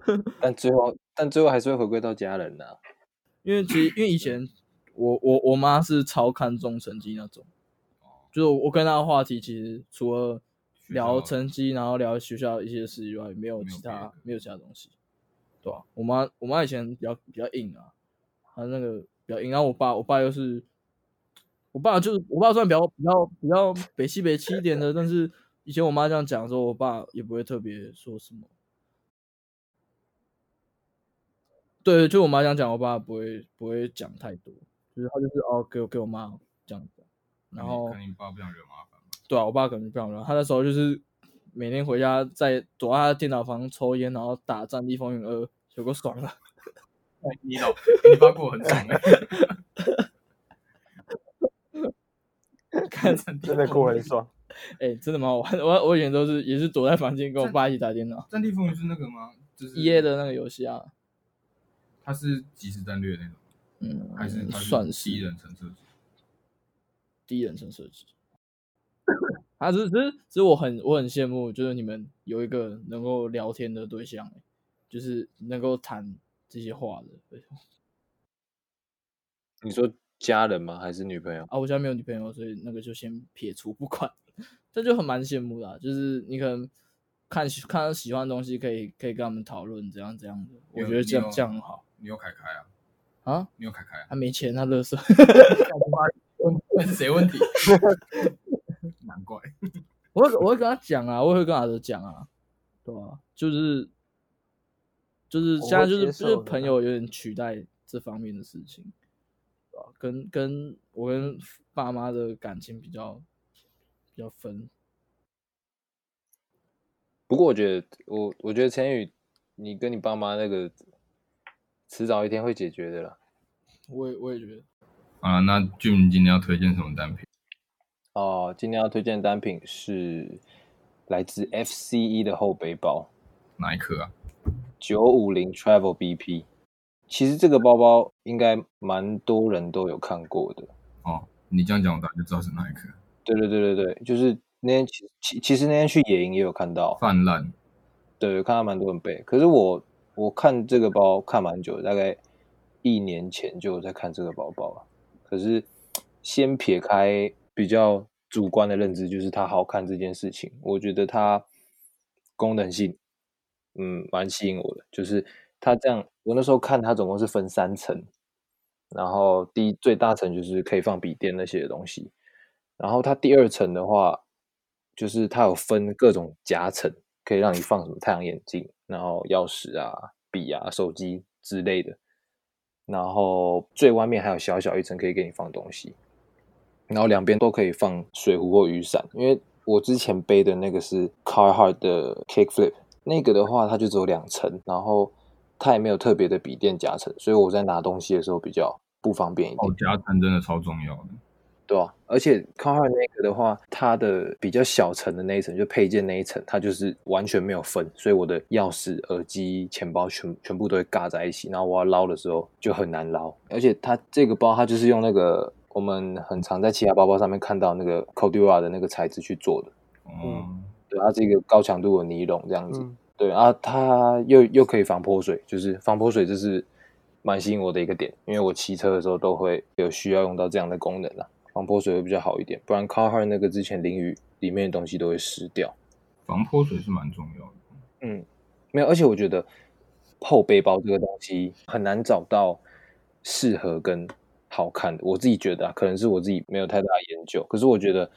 S3: 的，
S2: 但最后但最后还是会回归到家人呐、
S4: 因为其实因为以前我我我妈是超看重成绩那种，就是我我跟她的话题其实除了
S1: 哦学校
S4: 聊成绩，然后聊学校一些事以外，没有
S1: 没有
S4: 其
S1: 别
S4: 他
S1: 的
S4: 没有其他东西，对吧、啊我妈我妈以前比较比较硬啊，她那个比较硬，然后我爸我爸又是，我爸就是我爸算比较比较比较北西北七一点的，但是以前我妈这样讲的时候，我爸也不会特别说什么。对，就我妈这样讲，我爸不会不会讲太多，就是他就是哦，给我给我妈这样子，然后
S1: 看你看你爸不想惹麻烦吧？
S4: 对啊，我爸可能不想惹他那时候就是每天回家在躲在他的电脑房抽烟，然后打《战地风云二》，有够 [LAUGHS] 爽了。
S1: 你老你爸过得很爽
S4: [LAUGHS]
S1: 欸，看战地
S3: 真的过很
S1: 风
S3: 爽。
S4: 哎、真的蛮好玩的。我我以前都是也是躲在房间跟我
S1: 战
S4: 爸一起打电脑
S1: 云，战地风云是那个吗？就是
S4: 一 A 的那个游戏啊，
S1: 它是即时战略那种，
S4: 嗯，
S1: 还是它
S4: 算
S1: 第一
S4: 是
S1: 人称射击？
S4: 第一人称射击。啊，只是只是只是我很我很羡慕，就是你们有一个能够聊天的对象、欸就是能够谈这些话的。
S2: 你说家人吗？还是女朋友？
S4: 啊，我现在没有女朋友，所以那个就先撇除不管，这就很蛮羡慕的啊、就是你可能看喜看到喜欢的东西，可以可以跟他们讨论怎样怎样的，我
S1: 有
S4: 觉得
S1: 你
S4: 这样
S1: 有
S4: 这样很好
S1: 你有凯凯啊？
S4: 啊。
S1: 你有凯凯啊？
S4: 他没钱，他 [LAUGHS] 乐色，
S1: 那是谁问
S4: [LAUGHS]
S1: 题？难怪
S4: 我会我会跟他讲啊，我会跟阿德讲啊，对吧、就是就是
S3: 我
S4: 现在
S3: 会
S4: 就是
S3: 接
S4: 就是
S3: 受的
S4: 朋友有点取代这方面的事情，对吧、跟跟我跟爸妈的感情比较比较分，
S2: 不过我觉得，我我觉得陈宇，你跟你爸妈那个，迟早一天会解决的啦。
S4: 我也我也觉得。
S1: 啊。那 Jim 今天要推荐什么单品？
S2: 哦，今天要推荐的单品是来自 FCE 的后背包，
S1: 哪一颗啊？
S2: 九五零 Travel BP。其实这个包包应该蛮多人都有看过的。
S1: 哦，你这样讲，我大概就知道是哪一颗。
S2: 对对对对对，就是那天其其其实那天去野营也有看到，
S1: 泛滥，
S2: 对，看到蛮多人背。可是我我看这个包看蛮久的，大概一年前就有在看这个包包了。可是先撇开比较主观的认知，就是它好看这件事情，我觉得它功能性，嗯，蛮吸引我的。就是它这样，我那时候看它总共是分三层，然后第一最大层就是可以放笔电那些东西，然后它第二层的话，就是它有分各种夹层，可以让你放什么太阳眼镜，然后钥匙啊、笔啊、手机之类的。然后最外面还有小小一层可以给你放东西，然后两边都可以放水壶或雨伞。因为我之前背的那个是 Carhartt 的 Kickflip，那个的话它就只有两层，然后它也没有特别的笔电夹层，所以我在拿东西的时候比较不方便一点
S1: 哦，。加餐真的超重要的。
S2: 对啊，而且 c a r 那个的话，它的比较小层的那一层，就配件那一层，它就是完全没有分，所以我的钥匙、耳机、钱包全全部都会尬在一起，然后我要捞的时候就很难捞。而且它这个包，它就是用那个我们很常在其他包包上面看到那个 Cordura 的那个材质去做的，
S1: 哦，
S4: 嗯
S2: 对，啊它是一个高强度的尼龙这样子。
S3: 嗯，
S2: 对啊，它又又可以防泼水，就是防泼水，这是蛮吸引我的一个点，因为我骑车的时候都会有需要用到这样的功能啊，防泼水会比较好一点，不然 Carhartt 那个之前淋雨里面的东西都会湿掉。
S1: 防泼水是蛮重要的。
S2: 嗯，没有，而且我觉得后背包这个东西很难找到适合跟好看的，我自己觉得、啊、可能是我自己没有太大的研究，可是我觉得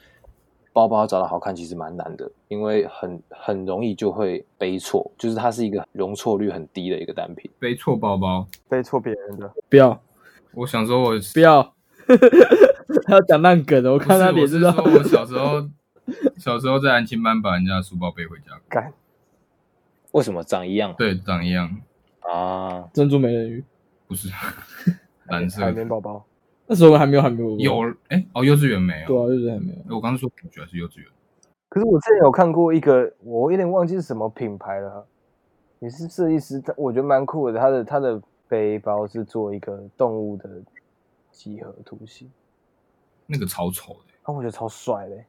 S2: 包包找到好看其实蛮难的，因为很很容易就会背错，就是它是一个容错率很低的一个单品。
S1: 背错包包，
S3: 背错别人的，
S4: 不要，
S1: 我想说我
S4: 不要， [LAUGHS] 他要讲烂梗的，我
S1: 不
S4: 看
S1: 是
S4: 他
S1: 我
S4: 脸
S1: 是
S4: 知道
S1: 说。我小时候小时候在安亲班把人家的书包背回家过，
S3: 干
S2: 为什么长一样
S1: 对，长一样，
S2: 啊？
S4: 珍珠美人鱼，
S1: 不是 [LAUGHS] 蓝色
S3: 海绵
S1: 的
S3: 宝宝，
S4: 那时候我还没有还没有
S1: 有哎、哦，幼稚园没
S4: 对
S1: 有，
S4: 啊，就是还没有。
S1: 我刚刚说小学还是幼稚园，
S3: 可是我之前有看过一个，我有点忘记是什么品牌了，也是设计师，他我觉得蛮酷的。他的他的背包是做一个动物的几何图形，
S1: 那个超丑的。欸
S3: 啊，我觉得超帅嘞、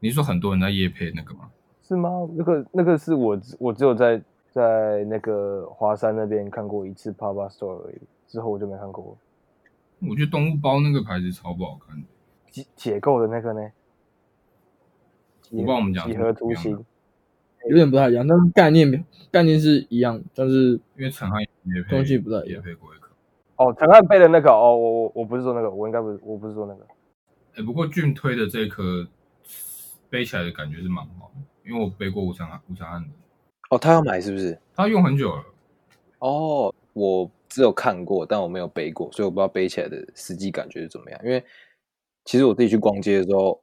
S1: 你是说很多人在夜配那个吗？
S3: 是吗？那个那个是我只我只有在在那个华山那边看过一次 Papa Store 而已，之后我就没看过了。
S1: 我觉得动物包那个牌子超不好看的。
S3: 解解构的那个呢？
S1: 我不知道我们讲
S3: 几
S1: 什么
S3: 何图
S1: 不一样
S3: 形
S1: 的，
S4: 有点不太一样，但是概念概念是一样，但是
S1: 因为陈汉也配
S4: 东西不太一
S1: 也
S4: 样
S1: 配过一个。
S3: 哦，陈汉贝的那个哦，我我我不是说那个，我应该不是，我不是说那个。
S1: 哎、不过俊推的这颗背起来的感觉是蛮好的，因为我背过无常汉无常汉的，
S2: 哦，他要买是不是？
S1: 他用很久了。
S2: 哦，我只有看过，但我没有背过，所以我不知道背起来的实际感觉是怎么样。因为其实我自己去逛街的时候，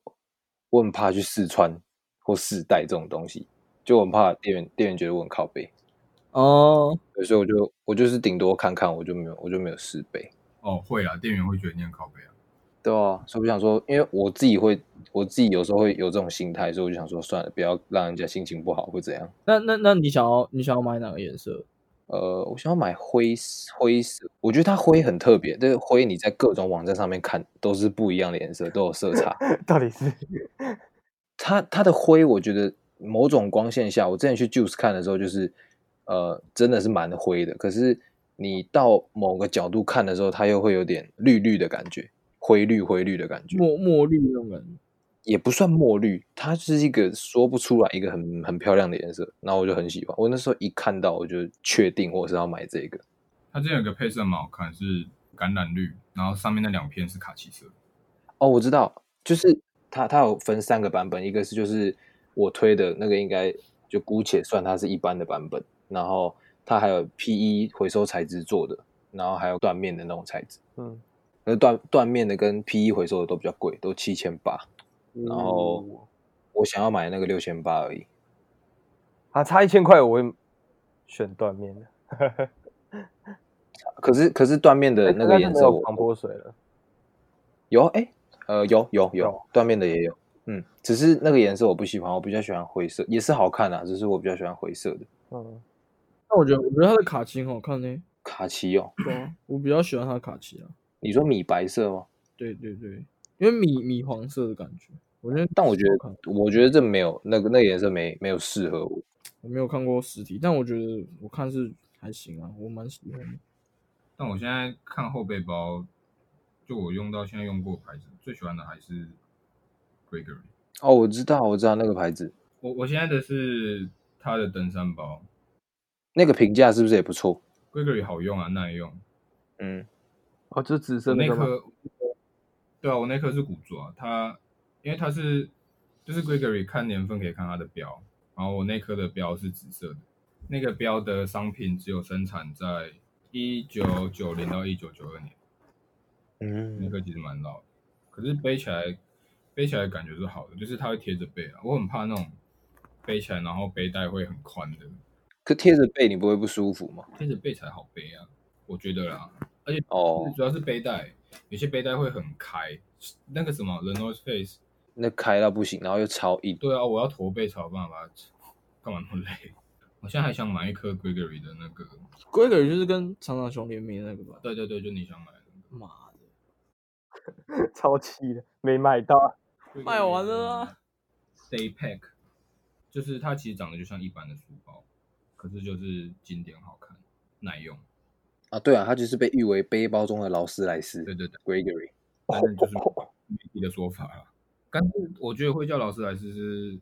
S2: 我很怕去试穿或试戴这种东西，就我很怕店员店员觉得我很靠背，
S4: 哦，
S2: 对所以我就我就是顶多看看，我就没有我就没有试背。
S1: 哦，会啊，店员会觉得你很靠背啊。
S2: 对啊，所以我想说，因为我自己会，我自己有时候会有这种心态，所以我就想说，算了，不要让人家心情不好或怎样。
S4: 那那那你想要你想要买哪个颜色？
S2: 呃，我想要买灰色灰色，我觉得它灰很特别，这个灰你在各种网站上面看都是不一样的颜色，都有色差。
S3: [LAUGHS] 到底是
S2: 它它的灰，我觉得某种光线下，我之前去 Juice 看的时候，就是呃，真的是蛮灰的。可是你到某个角度看的时候，它又会有点绿绿的感觉，灰绿灰绿的感觉，
S4: 墨墨绿那种感觉。
S2: 也不算墨绿，它是一个说不出来一个很很漂亮的颜色。然后我就很喜欢，我那时候一看到我就确定我是要买这个。
S1: 它之前有个配色蛮好看，是橄榄绿，然后上面那两片是卡其色。
S2: 哦，我知道，就是它它有分三个版本，一个是就是我推的那个，应该就姑且算它是一般的版本，然后它还有 PE 回收材质做的，然后还有缎面的那种材质，
S3: 嗯，
S2: 那缎缎面的跟 PE 回收的都比较贵，都七千八，然后
S3: 嗯
S2: 我想要买那个六千八而已。
S3: 啊，差一千块我会选断面的。
S2: 可是可是缎面的
S3: 哎
S2: 那
S3: 应该
S2: 个
S3: 是
S2: 颜
S3: 没
S2: 色
S3: 有
S2: 我
S3: 防泼水了，
S2: 有哎、呃有有有
S3: 有
S2: 缎面的也有，嗯，只是那个颜色我不喜欢，我比较喜欢灰色，也是好看啊，只是我比较喜欢灰色的
S3: 嗯，
S4: 那我觉得我觉得它的卡其很好看呢，
S2: 卡其哦。
S4: 对啊，我比较喜欢它的卡其啊。
S2: 你说米白色吗？
S4: 对对对，因为米米黄色的感觉，我觉得
S2: 但我觉
S4: 好看
S2: 得，我觉得这没有那个那个颜色没没有适合我。
S4: 我没有看过实体，但我觉得我看是还行啊，我蛮喜欢的。
S1: 但我现在看后背包，就我用到现在用过的牌子，最喜欢的还是 Gregory。
S2: 哦，我知道，我知道那个牌子，
S1: 我我现在的是它的登山包
S2: 那个评价是不是也不错？
S1: ，Gregory 好用啊，耐用。
S2: 嗯，
S3: 哦，就是紫
S1: 我
S3: 色
S1: 那
S3: 个吗？
S1: 颗，对啊，我那颗是古着啊，它因为它是就是 Gregory 看年份可以看它的标，然后我那颗的标是紫色的，那个标的商品只有生产在一九九零到一九九二年，那
S2: 嗯，
S1: 颗其实蛮老的，可是背起来背起来感觉是好的，就是它会贴着背啊，我很怕那种背起来然后背带会很宽的，
S2: 可贴着背你不会不舒服吗？
S1: 贴着背才好背啊，我觉得啦，而且
S2: 哦，
S1: 主要是背带，有些背带会很开，那个什么 The North Face。
S2: 那开到不行，然后又超硬。
S1: 对啊，我要驼背才有办法把它吃，干嘛那么累？ [LAUGHS] 我现在还想买一颗 Gregory 的那个，
S4: 规格就是跟长长熊联名的那个吧，
S1: 对对对，就你想买的那
S4: 妈的，
S3: 超气的，没买到。
S1: 个，
S4: 卖完了啊。
S1: Stay Pack，就是它其实长得就像一般的书包，可是就是经典好看，耐用。
S2: 啊，对啊，它就是被誉为背包中的劳斯莱斯
S1: 对对对，
S2: （Gregory）。
S1: 反正就是媒体的说法啦。但是我觉得会叫劳斯莱斯是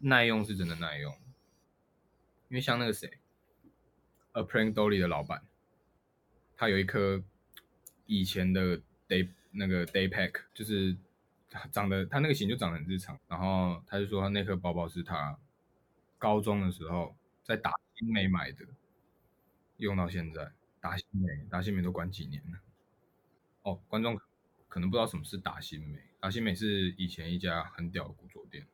S1: 耐用，是真的耐用，因为像那个谁，A Prank Dolly 的老板，他有一颗以前的 Day 那个 Day Pack，就是长得他那个型就长得很日常，然后他就说他那颗包包是他高中的时候在打新美买的，用到现在，打新美打新美都管几年了。哦，观众可能不知道什么是达新美，达新美是以前一家很屌的古着店。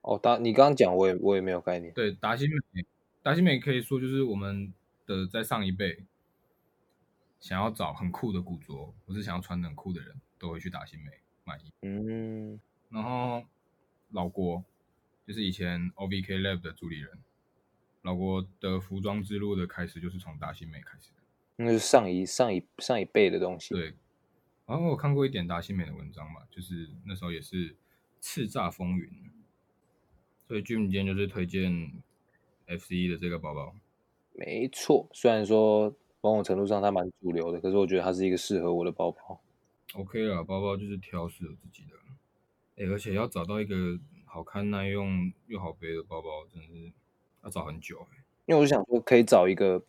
S2: 哦，当你刚刚讲，我也我也没有概念。
S1: 对，达新美，达新美可以说就是我们的在上一辈想要找很酷的古着，或是想要穿得很酷的人，都会去达新美买衣。
S2: 嗯，
S1: 然后老郭就是以前 OVK Lab 的主理人，老国的服装之路的开始就是从达西美开始的。
S2: 那是上一上一上一辈的东西。
S1: 对，然后我看过一点达西美的文章嘛，就是那时候也是叱咤风云，所以 Jim 今天就是推荐 F C E 的这个包包。
S2: 没错，虽然说某种程度上它蛮主流的，可是我觉得它是一个适合我的包包。
S1: OK 啦，包包就是挑适合自己的，哎、而且要找到一个好看、耐用又好背的包包，真的是要找很久、欸。
S2: 因为我想说，可以找一个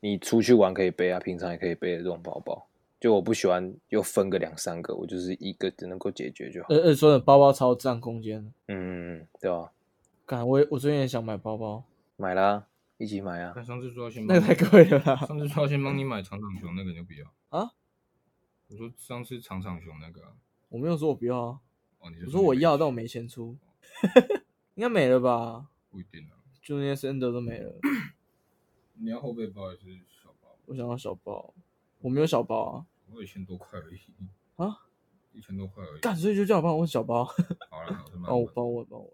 S2: 你出去玩可以背啊，平常也可以背的这种包包。就我不喜欢又分个两三个，我就是一个只能够解决就好。
S4: 呃呃，说的包包超占空间的，
S2: 嗯，对吧、
S4: 干我也我最近也想买包包，
S2: 买啦，一起买啊。
S1: 但上次说要先
S4: 那个
S1: 帮
S4: 太
S1: 你
S4: 贵了啦。
S1: 上次说要先帮你买长长熊那个你就不要
S4: 啊？
S1: 我说上次长长熊那个啊、
S4: 我没有说我不要啊，
S1: 哦，你就
S4: 我说我
S1: 你没
S4: 要，
S1: 钱
S4: 但我没钱出， [LAUGHS] 应该没了吧？
S1: 不一定啊。
S4: 就那些 s e n d e r 都没了。
S1: 你要后背包也是小包，
S4: 我想要小包，我没有小包啊。
S1: 我一千多块而已
S4: 啊，
S1: 一千多块而已。
S4: 干，所以就叫我帮我问小包。哦
S1: 好了，好了，慢慢
S4: 帮我帮我帮我。